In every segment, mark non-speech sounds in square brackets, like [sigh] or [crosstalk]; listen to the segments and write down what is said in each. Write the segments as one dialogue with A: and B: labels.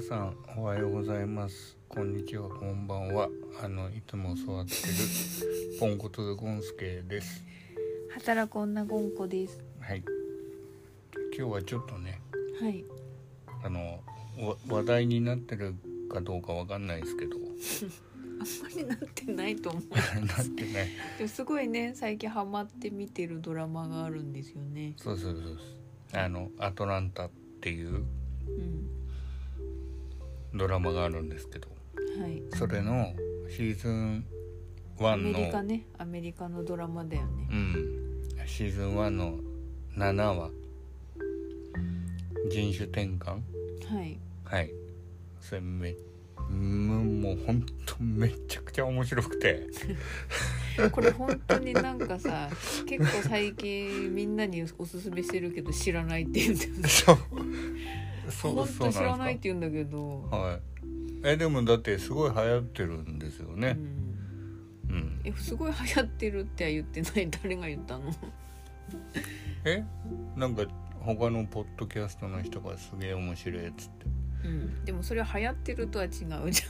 A: さんおはようございますこんにちはこんばんはあのいつも教わってるポンコツゴンスケです
B: 働く女ゴンコです。
A: はい今日はちょっとね
B: はい。
A: あのわ話題になってるかどうかわかんないですけど [laughs]
B: あんまりなってないと思う。
A: なってね
B: でもすごいね、最近ハマって見てるドラマがあるんですよね。
A: そうそうそうそうあのアトランタっていう
B: うん。
A: ドラマがあるんですけど
B: はい。
A: それのシーズン1
B: アメリカ
A: の、
B: ね、アメリカのドラマだよね
A: う。ん、シーズン1の7話人種転換
B: はい。
A: はいそれめうんもうほんとめちゃくちゃ面白く
B: [laughs]
A: て
B: これ本当になんかさ、結構最近みんなにおすすめしてるけど知らないって言うんだよね。
A: そうそう
B: 本
A: そう
B: 当知ら
A: な
B: ないっ
A: んで
B: て言うんだけど
A: す。かはいえでもだってすごい流行ってるんですよ
B: う
A: ね
B: ん。
A: うん
B: え、すごい流行ってるっては言ってない。誰が言ったの？
A: えなんか他のポッドキャストの人がすげえ面白いっつって
B: うん、でもそれは流行ってるとは違うじゃ
A: [laughs]
B: んそ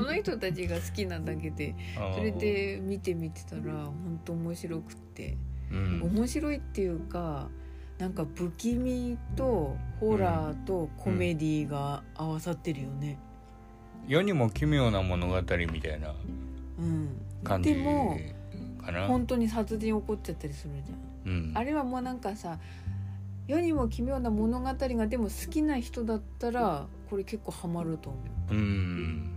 B: の人たちが好きなだけで
A: あー
B: それで見てみてたら本当面白くって
A: うん
B: 面白いっていうかなんか不気味とホラーとコメディが合わさってるよね、
A: 世にも奇妙な物語みたいな
B: うん
A: 感じ
B: でも
A: かな
B: 本当に殺人起こっちゃったりするじゃん
A: うん
B: あれはもうなんかさ世にも奇妙な物語がでも好きな人だったらこれ結構ハマると思う
A: うん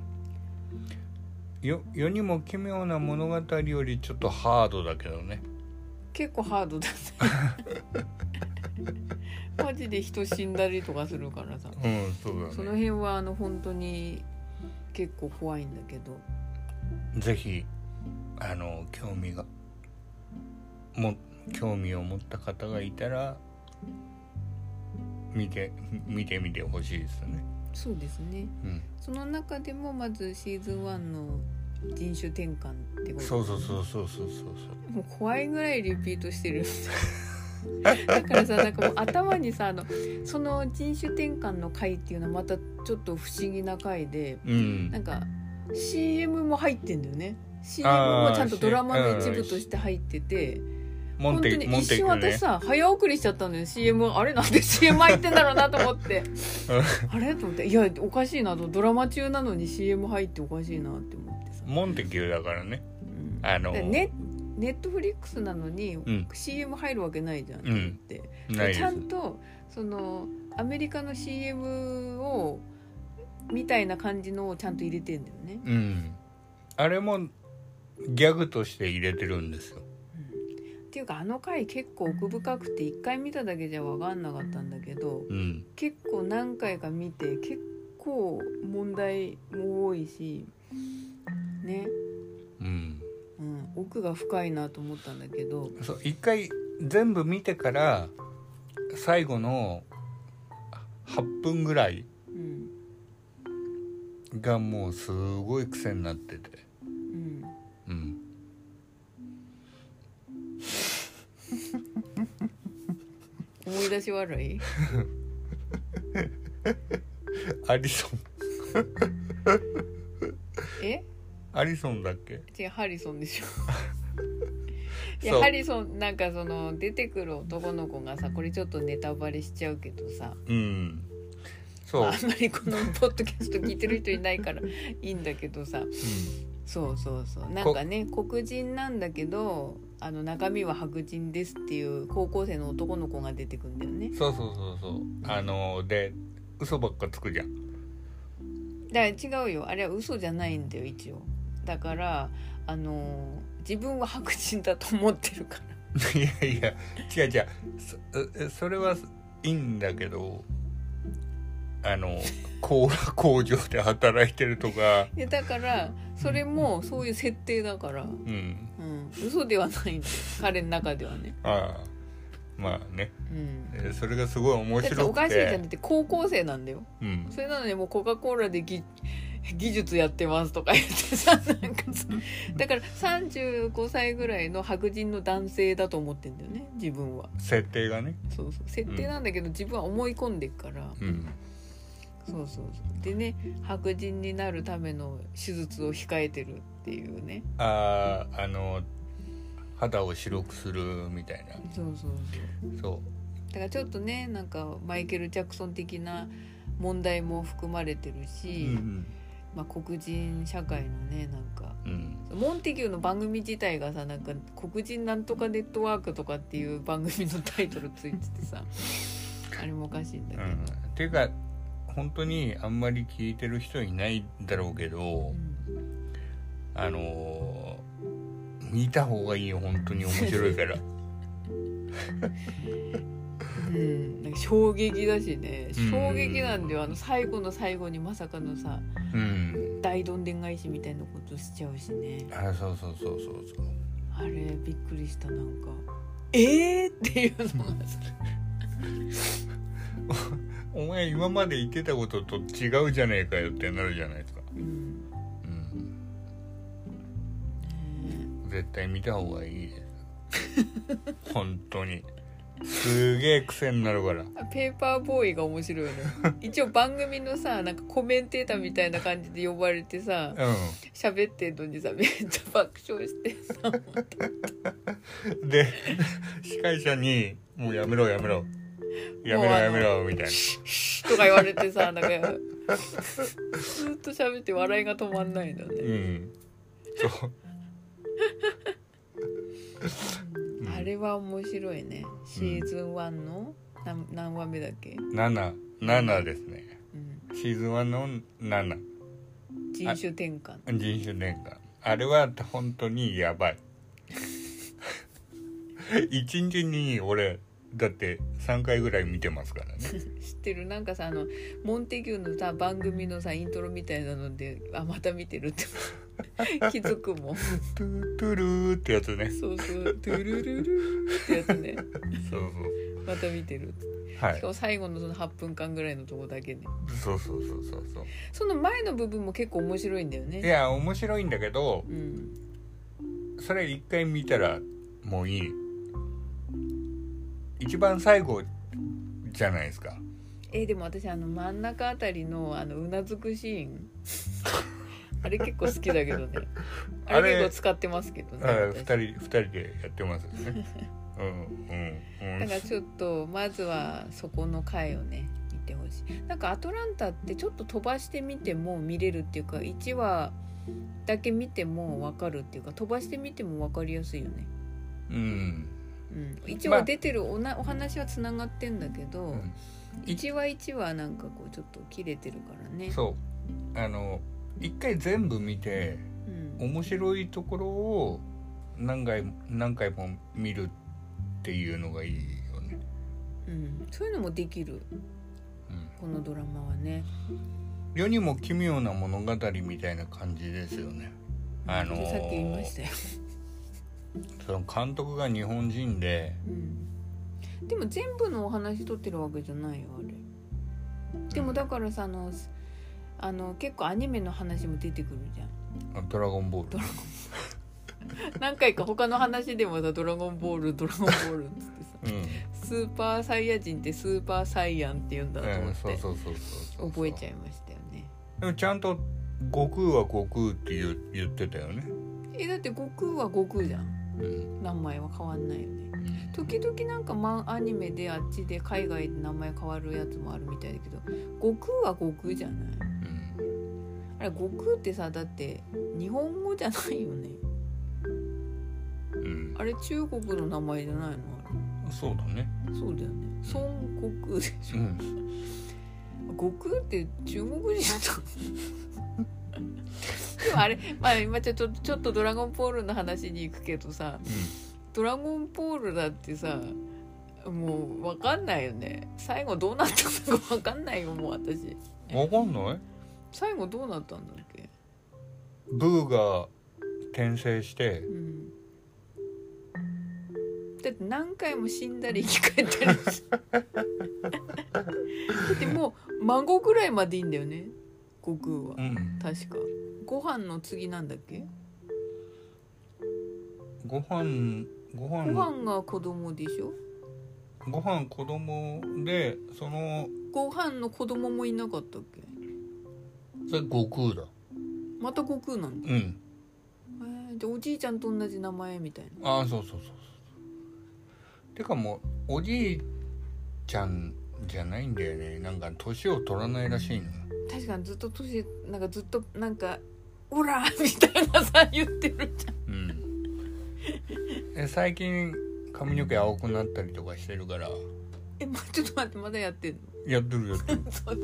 A: よ世にも奇妙な物語よりちょっとハードだけどね
B: 結構ハードだねマジで人死んだりとかするからさ
A: うんそう
B: そ
A: だ
B: の
A: ね
B: 辺はあの本当に結構怖いんだけど
A: ぜひあの興味がも興味を持った方がいたら見て見てみてほしいですね
B: そうですね
A: うん
B: その中でもまずシーズン1の人種転換ってこと
A: そうそうそうそうそうそう
B: もう怖いぐらいリピートしてる
A: [laughs]
B: だからさなんかもう頭にさあのその人種転換の回っていうのはまたちょっと不思議な回で
A: そううん
B: なんか CM も入ってんだよね CM もちゃんとドラマの一部として入ってて
A: モン
B: 本当
A: テ
B: に
A: モン
B: 一
A: テ
B: 瞬
A: 行くね
B: 私さ早送りしちゃったのよ CM あれなんで CM 入ってんだろうなと思ってあれと思っていやおかしいなとドラマ中なのに CM 入っておかしいなって思ってさ、
A: モンテキューだからね
B: うん
A: あの
B: でネネットフリックスなのに
A: ん
B: CM 入るわけないじゃんと思って、
A: ないです
B: ちゃんとそのアメリカの CM をみたいな感じのをちゃんと入れてんだよね、
A: うんあれもギャグとして入れてるんですよ
B: っていうかあの回結構奥深くて1回見ただけじゃ分かんなかったんだけど
A: うん
B: 結構何回か見て結構問題も多いしね、
A: うん
B: うん、奥が深いなと思ったんだけど
A: そう一回全部見てから最後の8分ぐらい
B: うん
A: がもうすごい癖になってて
B: うん
A: うん
B: 思い出し
A: [laughs]
B: 悪い
A: アリソン
B: え
A: アリソンだっけ
B: 違うハリソンで
A: [laughs]
B: しょい
A: そ
B: や
A: う
B: ハリソンなんかその出てくる男の子がさこれちょっとネタバレしちゃうけどさ
A: うんそう、
B: あんまりこのポッドキャスト聞いてる人いないからいいんだけどさそうそうそうなんかね黒人なんだけどあの中身は白人ですっていう高校生の男の子が出てくんだよね
A: うんそうそうそうそうあので嘘ばっかつくじゃん
B: だから違うよあれは嘘じゃないんだよ一応だからあの自分は白人だと思ってるから [laughs]
A: [laughs] いやいや違う違うそえそれはいいんだけどあのコーラ [laughs] 工場で働いてるとか、
B: でだからそれもそういう設定だから、う
A: うん、
B: ん、嘘ではないんだよ彼の中ではね、
A: ああまあね
B: うん、
A: えそれがすごい面
B: だってお
A: 白
B: か
A: く
B: しいじゃん
A: て
B: だって高校生なんだよ
A: うん
B: それなのにもうコカ・コーラで技 [laughs] 技術やってますとか言ってさ [laughs] なんかさだから35歳ぐらいの白人の男性だと思ってんだよね自分は
A: 設定がね、
B: そうそう設定なんだけど、自分は思い込んでっから
A: うん、
B: そうそうそうでね白人になるための手術を控えてるっていうね
A: あーあの肌を白くするみたいな
B: そうそうそう
A: そ
B: だからちょっとねなんかマイケル・ジャクソン的な問題も含まれてる
A: う、
B: し、
A: うん
B: まあ、黒人社会のねなんか
A: うん、
B: モンテキューの番組自体がさなんか黒人なんとかネットワークとかっていう番組のタイトルついてて [laughs] さあれもおかしいんだ
A: う
B: けど、
A: ん、っていうか本当にあんまり聞いてる人いないだろうけど
B: うん
A: あのー見た方がいいよ本当に面白いから
B: うん、なんか衝撃だしね
A: うん
B: 衝撃なんだよあの最後の最後にまさかのさ
A: うん
B: 大どんでん返しみたいなことしちゃうしね
A: あそうそうそうそうそう
B: あれびっくりしたなんかえー、っていうのがさ
A: お前今まで言ってたことと違うじゃねえかよってなるじゃないですか、
B: うんね
A: うん、絶対見た方がいいです本当にすげえ癖になるから
B: ペーパーボーイが面白いのよ一応番組のさなんかコメンテーターみたいな感じで呼ばれてさ喋ってんのにさめっちゃ爆笑してさ
A: うんで司会者に「もうやめろやめろやめろやめろ」みたいな
B: シュッシュッとか言われてさなんかずっと喋って笑いが止まんないんだね
A: うんそううん
B: あれは面白いねシーズン1の何何話目だっけ、
A: 77ですね
B: うん、
A: シーズン1の7
B: 人種転換
A: 人種年間あれは本当にやばい [laughs] 一日に俺だって3回ぐらい見てますからね
B: 知ってるなんかさあのモンテキューのさ番組のさイントロみたいなのであまた見てるって [laughs] 気づくもんそ
A: トゥトゥルーってやつね
B: うそうトゥルルルってやつね
A: そうそう
B: また見てるって
A: は
B: し
A: い
B: かも最後のその8分間ぐらいのとこだけね
A: そうそうそうそうそう
B: その前の部分も結構面白いんだよ
A: い
B: ね
A: や面白いんだけど
B: うん
A: それ一回見たらもういい一番最後じゃないですか
B: えーでも私あの真ん中あたりのあのうなずくシ
A: [laughs]
B: ーンあれ結構好きだけどねあ
A: あれ
B: れ結構使ってますけどね
A: あ2
B: 私
A: 人二人でやってますよ [laughs] ねうんうんう
B: だ
A: ん
B: からちょっとまずはそこの回をね見てほしいなんかアトランタってちょっと飛ばしてみても見れるっていうか1話だけ見ても分かるっていうか飛ばしてみても分かりやすいよね、
A: うん
B: うん、一
A: ま
B: 応
A: あ
B: 出てるおなお話はつながってんだけど、
A: ん
B: 一1話1話なんかこうちょっと切れてるからね
A: そうあの一回全部見て
B: うん、
A: 面白いところを何回も何回も見るっていうのがいいよね、
B: うん、そういうのもできる
A: うん、
B: このドラマはね
A: 世にも奇妙な物語みたいな感じですよねあのー
B: さっき言いましたよ、
A: その監督が日本人で
B: うん、でも全部のお話撮ってるわけじゃないよあれでもだからさあのすあの結構アニメの話も出てくるじゃん [laughs]
A: あドラゴンボール
B: ドラ何回か他の話でもさ「ドラゴンボールドラゴンボール」っ [laughs] つってさ
A: うん、
B: 「スーパーサイヤ人」って「スーパーサイヤン」って言うんだなと
A: う
B: 思
A: ん、
B: っ
A: そう
B: て
A: そうそうそう
B: 覚えちゃ
A: う
B: いましたよね
A: でもちゃんと悟空は悟空って言う言ってたよね、
B: えだって悟空は悟空じゃん
A: うん
B: 名前は変わんないよね時々なんかマンアニメであっちで海外で名前変わるやつもあるみたいだけど悟空は悟空じゃない
A: うん、
B: あれ悟空ってさだって日本語じゃないよね
A: うん
B: あれ中国の名前じゃないの
A: そうだね
B: あれそうだよね孫悟空でし
A: う
B: ょ、
A: ん
B: 悟空って中国人だったでもあ [laughs] れ、まあ、今ちょっとちょっと「ドラゴンボール」の話に行くけどさ「ドラゴンボール」だってさもう分かんないよね最後どうなったのか分かんないよもう私
A: うん、わかんない
B: 最後どうなったんだっけ
A: ブーが転生して
B: うんだって何回も死んだり生き返ったり [laughs] してだってもう孫ぐらいまでいいんだよね悟空は
A: うん
B: 確かご飯の次なんだっけ
A: ご飯ご
B: ご
A: 飯
B: 飯が子供でしょ
A: ご飯子供でその
B: ご飯の子供もいなかったっけ
A: それ悟空だ
B: また悟空なのへ
A: うん
B: えじゃあおじいちゃんと同じ名前みたいな
A: ああそうそうそうそうてかもうおじいちゃんじゃないんだよねなんか年を取らないらしいの
B: 確かにずっと年なんかずっとなんか「オラ!」みたいなさ言ってるじゃん
A: うんで最近髪の毛青くなったりとかしてるから
B: え、ま、ちょっと待ってまだやってんの
A: やってるやってる
B: そう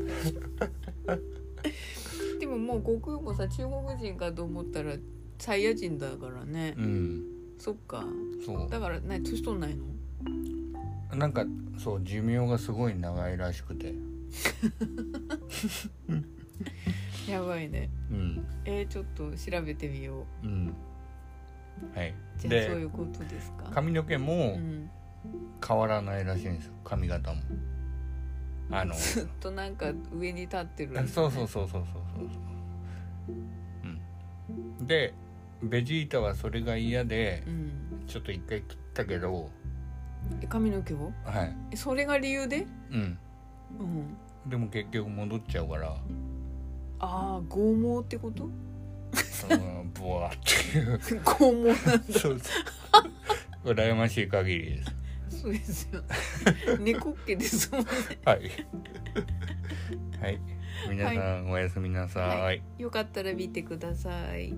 B: でももう悟空もさ中国人かと思ったらサイヤ人だからね、
A: うん
B: そっか
A: そう
B: だからね年取んないの
A: なんかそう寿命がすごい長いらしくて
B: やばいね
A: うん
B: えー、ちょっと調べてみよう
A: うんはい
B: じゃあそうい
A: で
B: うことですか
A: 髪の毛も
B: うん、
A: 変わらないらしいんですよ髪型もあの
B: ずっとなんか上に立ってる
A: そうそうそうそうそうそううんでベジータはそれが嫌で
B: うん
A: ちょっと一回切ったけど
B: え髪の毛を
A: はい
B: えそれが理由で
A: うん
B: うん
A: でも結局戻っちゃう
B: [laughs]
A: から
B: ああ剛毛ってこと [laughs]
A: そのブワーっていう
B: 剛毛なんだ
A: そうそう羨ましい限りです
B: そうですよ猫っ毛ですもんね
A: はいはい皆さん、おやすみなさ
B: はいよかったら見てください